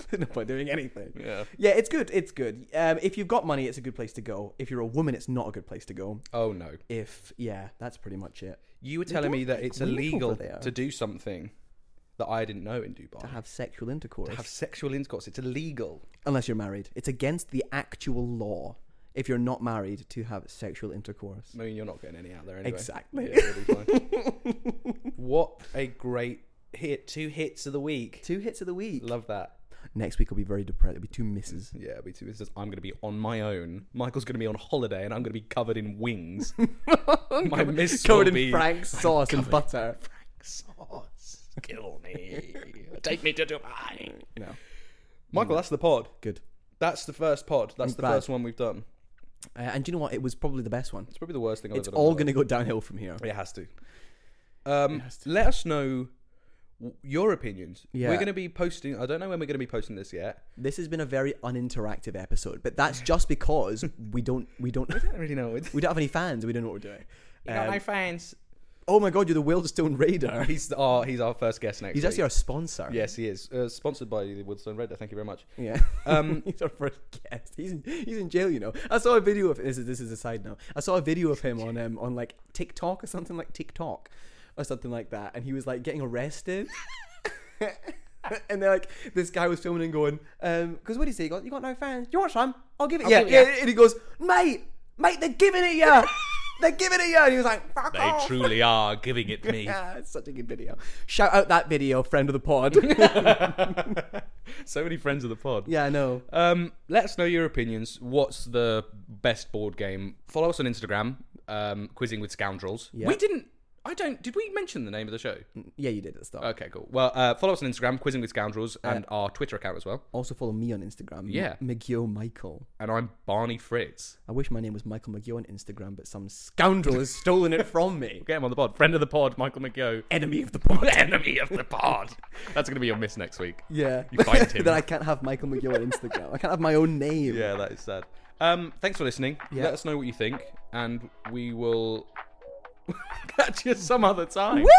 A: there's *laughs* no point doing anything.
B: Yeah.
A: Yeah, it's good. It's good. Um, if you've got money, it's a good place to go. If you're a woman, it's not a good place to go.
B: Oh no.
A: If yeah, that's pretty much it.
B: You were telling me
A: don't
B: that
A: like
B: it's
A: women over
B: illegal
A: there.
B: to do something that I didn't know in Dubai.
A: To have sexual intercourse,
B: To have sexual intercourse. It's illegal.
A: unless you're married, it's against the actual law. If you're not married, to have sexual intercourse.
B: I mean, you're not getting any out there anyway.
A: Exactly.
B: *laughs* Yeah, it'll be fine. what a great hit! Two hits of the week.
A: *laughs* Two hits of the week.
B: Love that.
A: Next week will be very depressed. It'll be two misses.
B: Yeah, me too. It's just, I'm going to be on my own. Michael's going to be on holiday, and I'm going to be covered
A: *laughs*
B: in wings. *laughs* my miss will
A: Covered in
B: be *laughs*
A: Frank's sauce and butter.
B: sauce. Kill me. *laughs* Take me to Dubai.
A: No.
B: Michael, that's the pod.
A: Good.
B: That's the first pod. That's
A: I'm
B: the
A: glad.
B: first one we've done.
A: Uh, and do you know what? It was probably the best one.
B: It's probably the worst thing I've
A: It's
B: ever done. in
A: all
B: my
A: going to go downhill from
B: *laughs*
A: here.
B: life. It has to. Um, Let us know w- your opinions.
A: Yeah.
B: We're going to be posting. I don't know when we're going to be posting this yet.
A: This has been a very uninteractive episode, but that's just because we don't we don't *laughs*
B: I don't really know. *laughs* It's,
A: we don't have any fans. We don't know what
B: *laughs*
A: we're doing. Um,
B: fans.
A: oh my god, you're the Wildstone Raider.
B: He's our he's our first guest next.
A: He's
B: week.
A: actually our sponsor.
B: yes, he is. Uh, sponsored by the Woodstone Red. Thank you very much.
A: Yeah.
B: *laughs* Um,
A: *laughs* he's our first guest. He's in, he's in jail, you know. I saw a video of this is this is a side note. I saw a video of him on um on like TikTok or something like TikTok or something like that, and he was like getting arrested. *laughs* and they're like, this guy was filming and going, um, because what do you say? You got, you got no fans. You want some? I'll give it.
B: I'll
A: yeah,
B: give it
A: yeah,
B: ya."
A: And he goes, mate, mate, they're giving it you. they're giving it you. And he was like, fuck off.
B: truly are giving it
A: *laughs*
B: me.
A: Yeah, it's such a good video. Shout out that video, friend of the
B: *laughs*
A: pod.
B: so many friends of the pod.
A: yeah, I know.
B: Um, let us know your opinions. What's the best board game? Follow us on Instagram, um, Quizzing with Scoundrels. We didn't. I don't. Did we mention the name of the show?
A: Yeah, you did at the start.
B: Okay, cool. Well, uh, follow us on Instagram, Quizzing with Scoundrels, and our Twitter account as well.
A: Also follow me on Instagram.
B: Yeah.
A: McGill Michael.
B: And I'm Barney Fritz.
A: I wish my name was Michael McGill on Instagram, but some scoundrel
B: *laughs*
A: has stolen it from me.
B: Get him on the pod. Friend of the pod, Michael McGo.
A: Enemy of the pod.
B: *laughs* Enemy of the pod. That's going to be your miss next week.
A: Yeah.
B: You
A: *laughs*
B: find him.
A: then I can't have Michael McGill on Instagram. I can't have my own name.
B: Yeah, that is sad. Um, thanks for listening.
A: Yeah.
B: Let us *laughs* know what you think, and we will catch you some other time.
A: Woo!